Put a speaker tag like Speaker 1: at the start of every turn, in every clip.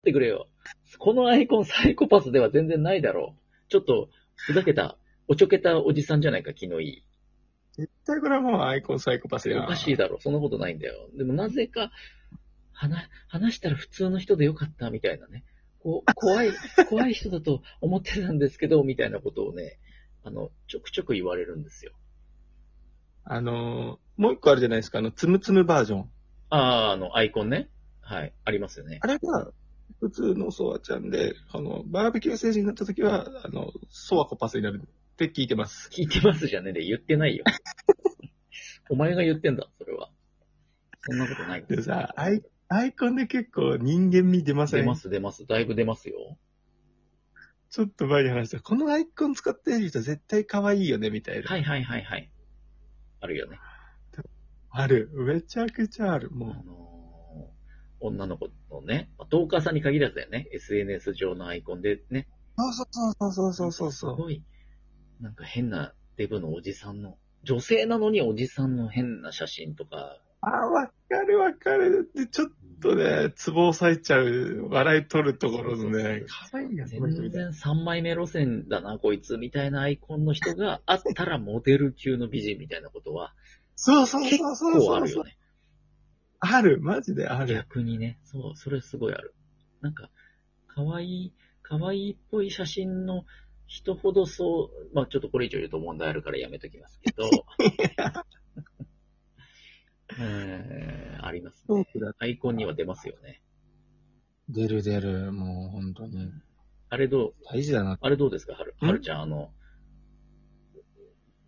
Speaker 1: ってくれよ。このアイコンサイコパスでは全然ないだろう。ちょっと、ふざけた、おちょけたおじさんじゃないか、気のいい。
Speaker 2: 絶対これはもうアイコンサイコパスだよ
Speaker 1: お
Speaker 2: な。
Speaker 1: かしいだろ、そんなことないんだよ。でもなぜか、話、話したら普通の人でよかった、みたいなね。こう、怖い、 怖い人だと思ってたんですけど、みたいなことをね、あの、ちょくちょく言われるんですよ。
Speaker 2: あのー、もう一個あるじゃないですか、あの、つむつむバージョン。
Speaker 1: ああ、あの、アイコンね。はい、ありますよね。
Speaker 2: あれは、普通のソワちゃんで、あの、バーベキュー星人になった時は、あの、ソワコパスになるって聞いてます。
Speaker 1: 聞いてますじゃねえで、言ってないよ。お前が言ってんだ、それは。そんなことないん
Speaker 2: でさ、アイ、アイコンで結構人間味出ません
Speaker 1: 出ます、出ます。だいぶ出ますよ。
Speaker 2: ちょっと前に話した、このアイコン使ってる人絶対可愛いよね、みたいな。
Speaker 1: はいはいはいはい。あるよね。
Speaker 2: ある。めちゃくちゃある。
Speaker 1: あの
Speaker 2: も
Speaker 1: ー女の子のね、まあトーカーさんに限らずだよね。SNS 上のアイコンでね。
Speaker 2: う。そうそうそうそうそうそう
Speaker 1: す
Speaker 2: そう。
Speaker 1: ごい、なんか変なデブのおじさんの、女性なのにおじさんの変な写真とか。
Speaker 2: あ、わかるわかる。で、ちょっとね、ツボ押さえちゃう、笑い取るところのね、可愛いやつ
Speaker 1: 全然3枚目路線だな、こいつ、みたいなアイコンの人があったらモデル級の美人みたいなことは、
Speaker 2: そうそう
Speaker 1: 結
Speaker 2: そうそう
Speaker 1: 構あ
Speaker 2: そう
Speaker 1: る
Speaker 2: そ
Speaker 1: よ
Speaker 2: う。
Speaker 1: ね。
Speaker 2: ある、マジである。
Speaker 1: 逆にね。そう、それすごいある。なんか、可愛い、可愛いっぽい写真の人ほどそう、まあちょっとこれ以上言うと問題あるからやめときますけど。えー、ありますね。アイコンには出ますよね。
Speaker 2: 出る出る、もう本当に。
Speaker 1: あれどう、
Speaker 2: 大事だな。
Speaker 1: あれどうですか、はる、
Speaker 2: ん
Speaker 1: はるちゃん、あの、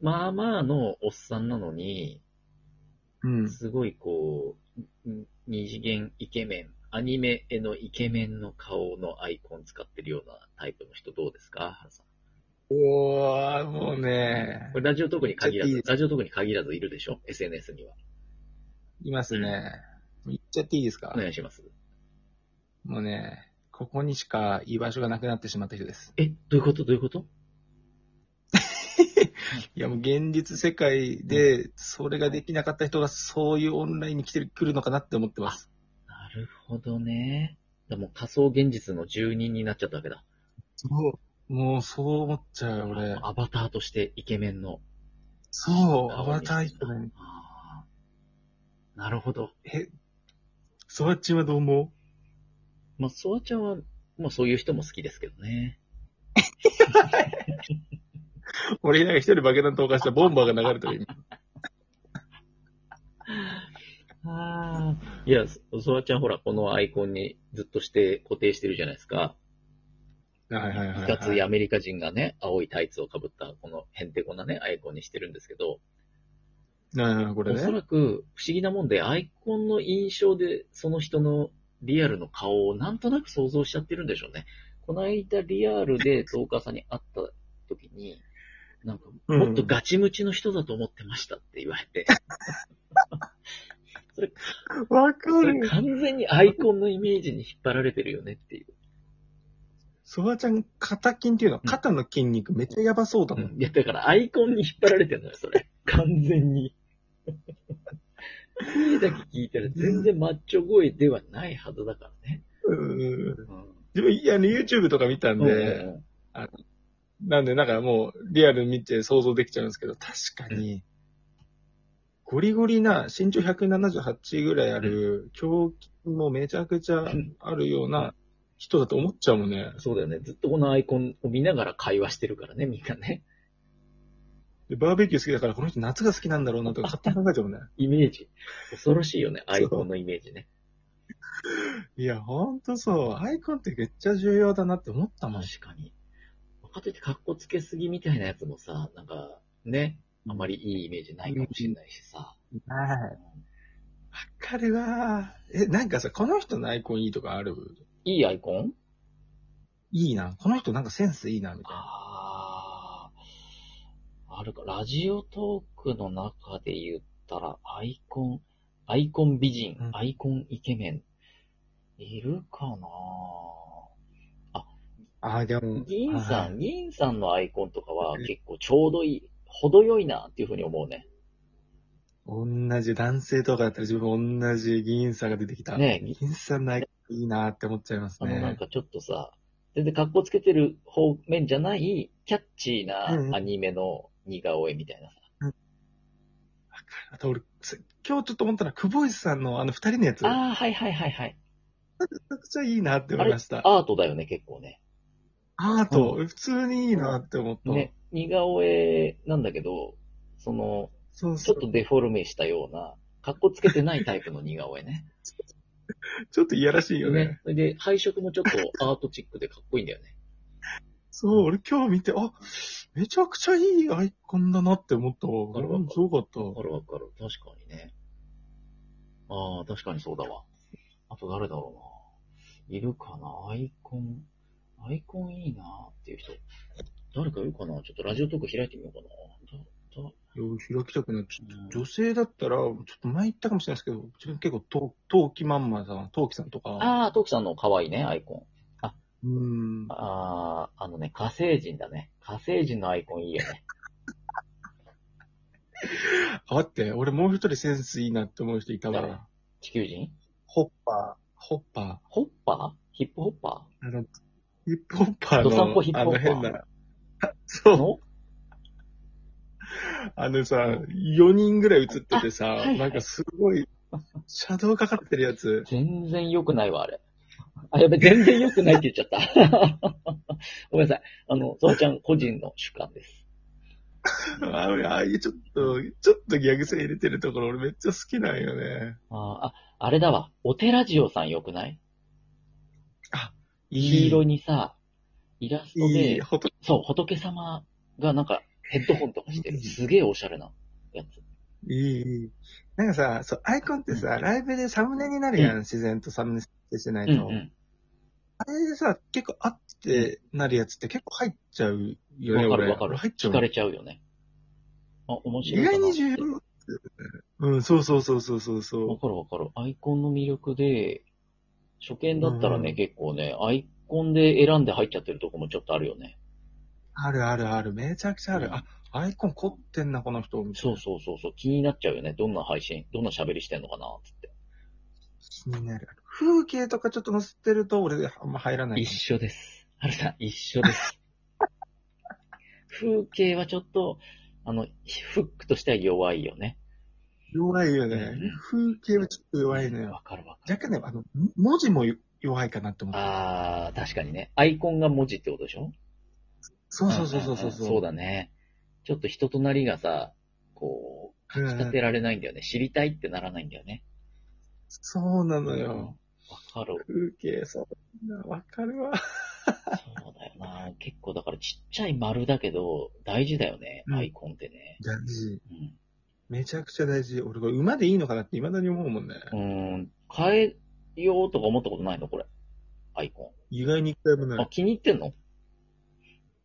Speaker 1: まあまあのおっさんなのに、
Speaker 2: うん。
Speaker 1: すごいこう、ん二次元イケメン、アニメへのイケメンの顔のアイコン使ってるようなタイプの人どうですかハルさん。
Speaker 2: おー、もうね
Speaker 1: こ、れラジオトークに限ら
Speaker 2: ちょ
Speaker 1: ず
Speaker 2: っ、と
Speaker 1: ラジオトークに限らずいるでしょ ?SNS には。
Speaker 2: いますね。言っちゃっていいですか
Speaker 1: お願いします。
Speaker 2: もうね、ここにしか居場所がなくなってしまった人です。
Speaker 1: え、どういうことどういうこと
Speaker 2: いやもう現実世界で、それができなかった人がそういうオンラインに来てる、来るのかなって思ってます。
Speaker 1: なるほどね。だからもう仮想現実の住人になっちゃったわけだ。
Speaker 2: そう。もうそう思っちゃう、俺。
Speaker 1: アバターとしてイケメンの。
Speaker 2: そう、アバターイコン。
Speaker 1: あーなるほど。
Speaker 2: え、ソワッチンはどう思う
Speaker 1: まあ、ソワちゃんは、まあそういう人も好きですけどね。
Speaker 2: 俺なんか一人爆弾投下したボンバーが流れてる。
Speaker 1: ああ。いや、そソワちゃんほら、このアイコンにずっとして固定してるじゃないですか。
Speaker 2: 今はいはい
Speaker 1: いかついアメリカ人がね、青いタイツをかぶった、このへんてこなね、アイコンにしてるんですけど、
Speaker 2: はいはい、これ
Speaker 1: おそ
Speaker 2: ね。
Speaker 1: らく不思議なもんで、アイコンの印象で、その人のリアルの顔をなんとなく想像しちゃってるんでしょうね。この間、リアルでトーカーさんに会った時に、なんか、
Speaker 2: うん
Speaker 1: もっとガチムチの人だと思ってましたって言われて、
Speaker 2: わか
Speaker 1: それ。完全にアイコンのイメージに引っ張られてるよねっていう。
Speaker 2: ソワちゃん、肩筋っていうのは肩の筋肉めっちゃやばそうだもん。
Speaker 1: いや、だからアイコンに引っ張られてるのよ、それ。 完全に。声だけ聞いたら全然マッチョ声ではないはずだからね。
Speaker 2: うん。
Speaker 1: うん
Speaker 2: 自分、いや、あの YouTube とか見たん
Speaker 1: う
Speaker 2: で、
Speaker 1: ん
Speaker 2: なんでなんかもうリアル見て想像できちゃうんですけど、確かに、ゴリゴリな身長178ぐらいある、胸筋もめちゃくちゃあるような人だと思っちゃうもんね。
Speaker 1: そうだよね。ずっとこのアイコンを見ながら会話してるからね、みんなね。
Speaker 2: で、バーベキュー好きだから、この人夏が好きなんだろうなとか勝手に考えちゃうもんね。
Speaker 1: イメージ。恐ろしいよね、アイコンのイメージね。
Speaker 2: いや、ほんとそう。アイコンってめっちゃ重要だなって思ったもん。
Speaker 1: 確かに。若手って格好つけすぎみたいなやつもさ、なんか、ね、あまりいいイメージないかもしれないしさ。
Speaker 2: はい。わかるわー。え、なんかさ、この人のアイコンいいとかある
Speaker 1: いいアイコン
Speaker 2: いいな。この人なんかセンスいいな、みたいな。
Speaker 1: ああ、あるか。ラジオトークの中で言ったら、アイコン、アイコン美人
Speaker 2: う、ん
Speaker 1: アイコンイケメン、いるかな
Speaker 2: あー、でも
Speaker 1: 銀さ
Speaker 2: はい
Speaker 1: ん、銀さんのアイコンとかは結構ちょうどいい、程よいなっていうふうに思うね。
Speaker 2: 同じ男性とかだったら自分も同じ議員さんが出てきた。
Speaker 1: ねえ
Speaker 2: 議員さんのアイコいいなって思っちゃいます
Speaker 1: あのなん
Speaker 2: ね。
Speaker 1: かちょっとさ、全然格好つけてる方面じゃない、キャッチー
Speaker 2: うんうん
Speaker 1: なアニメの似顔絵みたいなさ。
Speaker 2: あと俺、せ今日ちょっと思ったのは、久保井さんのあの二人のやつ、めち
Speaker 1: ああ、はいはいはいはい。
Speaker 2: ゃくちゃいいなっ
Speaker 1: あ
Speaker 2: て思い
Speaker 1: れ、ア
Speaker 2: ました。
Speaker 1: ートだよね、結構ね。
Speaker 2: アート、普通にいいなって思った。
Speaker 1: ね、似顔絵なんだけど、その、
Speaker 2: そう
Speaker 1: ち
Speaker 2: そ
Speaker 1: ょ
Speaker 2: う
Speaker 1: っ。とデフォルメしたような、格好つけてないタイプの似顔絵ね。
Speaker 2: ちょっといや らしいよね。
Speaker 1: ね。それで、配色もちょっとアートチックでかっこいいんだよね。
Speaker 2: そう、俺今日見て、あ、めちゃくちゃいいアイコンだなって思ったわ。
Speaker 1: なるほど
Speaker 2: うんすごかった。
Speaker 1: わかるわかる。確かにね。ああ、確かにそうだわ。あと誰だろうな。いるかなアイコン。アイコンいいなっていう人。誰かいるかなちょっとラジオトーク開いてみようかな。だだ
Speaker 2: よ開きたくなっちゃ
Speaker 1: うん
Speaker 2: った。女性だったら、ちょっと前言ったかもしれないですけど、自分結構と、陶器マンマさん、陶器さんとか、
Speaker 1: ああ、トキさんの可愛いね、アイコン。
Speaker 2: うーん、
Speaker 1: ああ、あのね、火星人だね。火星人のアイコンいいよね。
Speaker 2: あって、俺もう一人センスいいなって思う人いた
Speaker 1: 誰
Speaker 2: わ。
Speaker 1: 地球人
Speaker 2: ホッパー、ホッパ
Speaker 1: ホッパーヒップホッパ
Speaker 2: ー、あの、ヒップホッパー
Speaker 1: ドサンコヒッ
Speaker 2: の、
Speaker 1: プ
Speaker 2: あ
Speaker 1: ホッパ
Speaker 2: の
Speaker 1: ー
Speaker 2: 変な、
Speaker 1: ー
Speaker 2: そう、
Speaker 1: の
Speaker 2: あのさ、4人ぐらい映っててさ、
Speaker 1: あはいはい
Speaker 2: なんかすごい、シャドウかかってるやつ。
Speaker 1: 全然良くないわ、あれ。あ、やべ、全然良くないって言っちゃった。 ごめんなさい。あの、ゾウちゃん個人の主観です。
Speaker 2: あああいうちょっと、ちょっとギャグ性入れてるところ俺めっちゃ好きなんよね。
Speaker 1: あ、ああれだわ。お寺ジオさん良くない黄色
Speaker 2: い
Speaker 1: にさ、イラスト
Speaker 2: い、いい、
Speaker 1: で、
Speaker 2: ほと
Speaker 1: そう、仏様がなんかヘッドホンとかしてる。すげえおしゃれなやつ。
Speaker 2: いい、いい。なんかさ、そう、アイコンってさ、ライブでサムネになるや
Speaker 1: う
Speaker 2: ん、
Speaker 1: ん
Speaker 2: 自然とサムネ設定してな
Speaker 1: う
Speaker 2: い
Speaker 1: んう
Speaker 2: と。
Speaker 1: ん。
Speaker 2: あれでさ、結構あってなるやつって結構入っちゃうよね、
Speaker 1: わかる
Speaker 2: 俺
Speaker 1: わかる。
Speaker 2: 俺入っちゃ
Speaker 1: 惹
Speaker 2: う
Speaker 1: か。れちゃうよね。あ、面白
Speaker 2: 意
Speaker 1: いかな
Speaker 2: 外
Speaker 1: って。
Speaker 2: に重要だよね。うん、そうそうそうそうそう
Speaker 1: わ
Speaker 2: そ
Speaker 1: かるわかる。アイコンの魅力で、初見だったらね、
Speaker 2: うん
Speaker 1: 結構ね、アイコンで選んで入っちゃってるとこもちょっとあるよね。
Speaker 2: う。あるあるある、めちゃくちゃあ
Speaker 1: う
Speaker 2: る。
Speaker 1: ん
Speaker 2: あ、アイコン凝ってんな、この人。みたい
Speaker 1: そ
Speaker 2: な
Speaker 1: うそうそうそう、気になっちゃうよね。どんな配信、どんな喋りしてんのかなっつって。
Speaker 2: 気になる。風景とかちょっと載せてると俺あんま入らない
Speaker 1: 一
Speaker 2: かも。
Speaker 1: 緒です。はるさん、一緒です。 風景はちょっと、あの、フックとしては弱いよね。
Speaker 2: 弱いよね。風景はちょっと弱いのよ。
Speaker 1: わかるわかる。
Speaker 2: 若干ね、あの、文字も弱いかなって思った。
Speaker 1: あー、確かにね。アイコンが文字ってことでしょ
Speaker 2: そうそうそうそうそう。
Speaker 1: んんんそうだね。ちょっと人となりがさ、こう、書き立てられないんだよね。知りたいってならないんだよね。
Speaker 2: そうなの
Speaker 1: うん
Speaker 2: よ。
Speaker 1: わかる。
Speaker 2: 風景、そうな、わかるわ。
Speaker 1: そうだよな。 結構だからちっちゃい丸だけど、大事だよね。
Speaker 2: うん
Speaker 1: アイコンってね。
Speaker 2: 大事。
Speaker 1: うん。
Speaker 2: めちゃくちゃ大事。俺これ馬でいいのかなって未だに思うもんね。
Speaker 1: うーん、変えようとか思ったことないのこれ。アイコ
Speaker 2: 意外に一回も
Speaker 1: ン。
Speaker 2: な
Speaker 1: あ、
Speaker 2: い。
Speaker 1: 気に入ってんの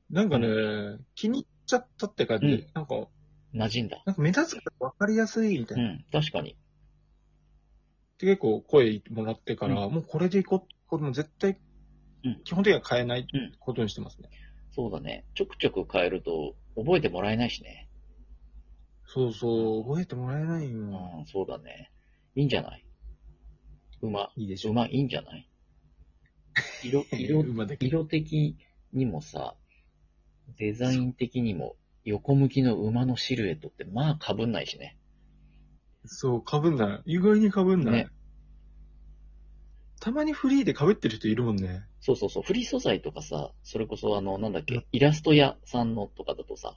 Speaker 2: なんかね、気に入っちゃったって感じ。
Speaker 1: うん
Speaker 2: なんか、
Speaker 1: 馴染んだ。
Speaker 2: なんか目立つからわかりやすいみたいうな。っ
Speaker 1: ん、確かに。
Speaker 2: て結構声もらってから、もうこれでいこう。これも絶対
Speaker 1: うん、
Speaker 2: 基本的には変えない
Speaker 1: うん
Speaker 2: ことにしてますね。
Speaker 1: そうだね。ちょくちょく変えると、覚えてもらえないしね。
Speaker 2: そうそう、覚えてもらえないよ。
Speaker 1: うん、そうだね。いいんじゃない馬、
Speaker 2: いいでしょ。
Speaker 1: 馬いいんじゃない 色、色
Speaker 2: 馬だけ。
Speaker 1: 色的にもさ、デザイン的にも、横向きの馬のシルエットって、まあ、被んないしね。
Speaker 2: そう、かぶんない。意外にかぶんない。
Speaker 1: ね
Speaker 2: たまにフリーでかぶってる人いるもんね。
Speaker 1: そうそうそう。フリー素材とかさ、それこそあの、なんだっけ、イラスト屋さんのとかだとさ、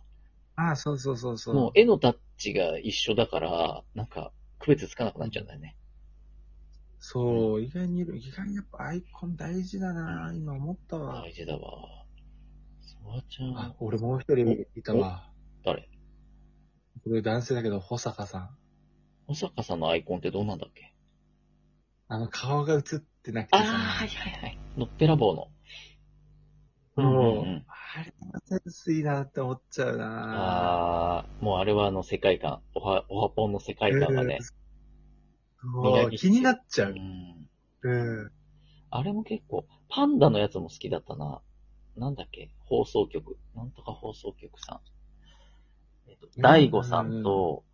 Speaker 2: ああ、そうそうそうそ
Speaker 1: もう絵のタッチが一緒だから、なんか、区別つかなくなっちゃうんだよね。
Speaker 2: そう、意外にいる。意外にやっぱアイコン大事だな今思ったわ。
Speaker 1: 大事だわ。そわちゃ
Speaker 2: あ
Speaker 1: ん、、
Speaker 2: 俺もう一人いたわ。
Speaker 1: 誰
Speaker 2: これ男性だけど、保坂さん。
Speaker 1: 保坂さんのアイコンってどうなんだっけ
Speaker 2: あの、顔が映ってなくて
Speaker 1: あ
Speaker 2: さ
Speaker 1: あ、。はいはいはい。のっぺらぼうの。
Speaker 2: も
Speaker 1: う
Speaker 2: う、
Speaker 1: んうんうん
Speaker 2: あれはセンスいいなって思っちゃうな
Speaker 1: ああ、もうあれはあの世界観、おは、おはぽんの世界観がね
Speaker 2: うん。そう、
Speaker 1: 宮城
Speaker 2: 気になっちゃ
Speaker 1: う
Speaker 2: う。
Speaker 1: ん。
Speaker 2: うん。
Speaker 1: あれも結構、パンダのやつも好きだったな。なんだっけ放送局。なんとか放送局さん。えっと、大悟さんと、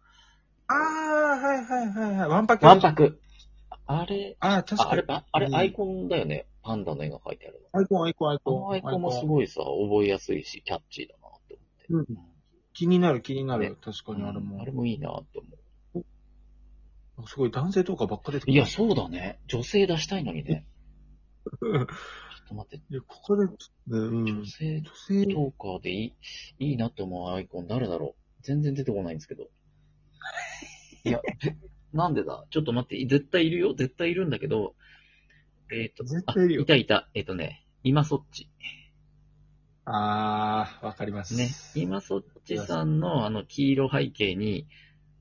Speaker 2: ああ、はいはいはいはい。ワンパク。
Speaker 1: ワンパク。あれ、
Speaker 2: ああ、確
Speaker 1: ああ
Speaker 2: か
Speaker 1: れ
Speaker 2: に。
Speaker 1: ば、あれ
Speaker 2: うん
Speaker 1: アイコンだよね。パンダの絵が描いてあるの。
Speaker 2: アイコン、アイコン、ア
Speaker 1: あ
Speaker 2: イコ
Speaker 1: の
Speaker 2: ン。
Speaker 1: アイコンもす
Speaker 2: い。
Speaker 1: ごいさ、覚えやすいし、キャッチーだなって思って。
Speaker 2: 気になる、気になる。
Speaker 1: ね
Speaker 2: 確かに、あれも。
Speaker 1: あれもいいなって思
Speaker 2: すごい、男性とかばっか出て
Speaker 1: う。
Speaker 2: く
Speaker 1: い
Speaker 2: る。
Speaker 1: や、そうだね。女性出したいのに ね。ちょっと待って、
Speaker 2: いや、ここで、うん。
Speaker 1: 女
Speaker 2: 女
Speaker 1: 性
Speaker 2: 性
Speaker 1: トーカーでいい、いいなって思うアイコン誰だろう全然出てこないんですけ ど。いや、ぜなんでだちょっと待って、絶対いるよ絶対いるんだけど、えっ、と、
Speaker 2: 絶対いるよ
Speaker 1: あいたいた、えっ、とね、今そっち。
Speaker 2: ああ、わかります。
Speaker 1: ね。今そっちさんのあの黄色背景に、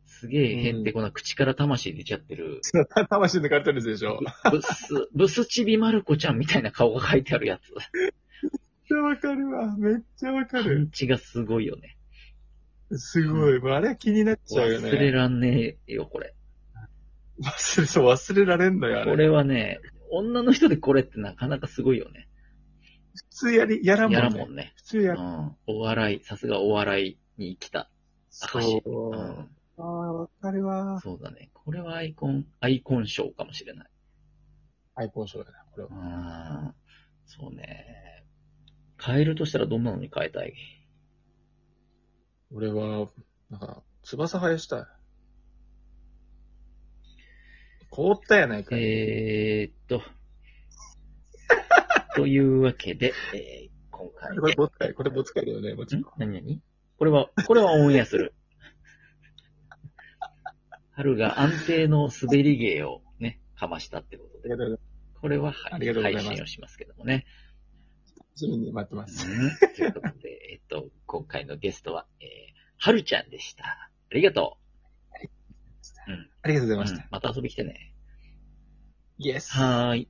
Speaker 1: すげえへんてこな口から魂出ちゃってる、
Speaker 2: 魂抜かれてるやつでしょ。
Speaker 1: ブス、ブスチビマルコちゃんみたいな顔が書いてあるやつ。
Speaker 2: めっちゃわかるわ。めっちゃわ
Speaker 1: パ
Speaker 2: かる。
Speaker 1: ンチがすごいよね。
Speaker 2: すごい。もうあれは気になっちゃうよね。
Speaker 1: 忘れらんねえよ、これ。
Speaker 2: 忘れ、そう、忘れられんのよ、あ
Speaker 1: こ
Speaker 2: れ。
Speaker 1: れはね、女の人でこれってなかなかすごいよね。
Speaker 2: 普通やり、やらんも
Speaker 1: や
Speaker 2: ん、
Speaker 1: ら
Speaker 2: ね。
Speaker 1: もんね。
Speaker 2: 普通
Speaker 1: う
Speaker 2: やらん。
Speaker 1: ん。お笑い、さすがお笑いに来た。
Speaker 2: そ
Speaker 1: うん
Speaker 2: う。ああ、わかるわ。
Speaker 1: そうだね。これはアイコン、アイコン賞かもしれない。
Speaker 2: アイコン賞だな、これは
Speaker 1: う。ん。そうね。変えるとしたらどんなのに変えたい
Speaker 2: 俺は、なんか、翼生やしたい。凍ったやないかい。
Speaker 1: えー、っと。というわけで、えー今回。
Speaker 2: これボツかい、これボツかいだよね、もちろ
Speaker 1: ん
Speaker 2: ん。
Speaker 1: 何何これは、これはオンエアする。 春が安定の滑り芸をね、かましたってこと
Speaker 2: あり
Speaker 1: で、
Speaker 2: がとうござい
Speaker 1: これははい
Speaker 2: ありがとうございます
Speaker 1: 配信をしますけども ね。
Speaker 2: ます。楽しみに待ってます。
Speaker 1: うんということで、えっと、今回のゲストは、えー、春ちゃんでした。ありがと
Speaker 2: ありがとうござ
Speaker 1: う。
Speaker 2: いました。
Speaker 1: うんまた遊び来てね。
Speaker 2: イエス。
Speaker 1: はーい。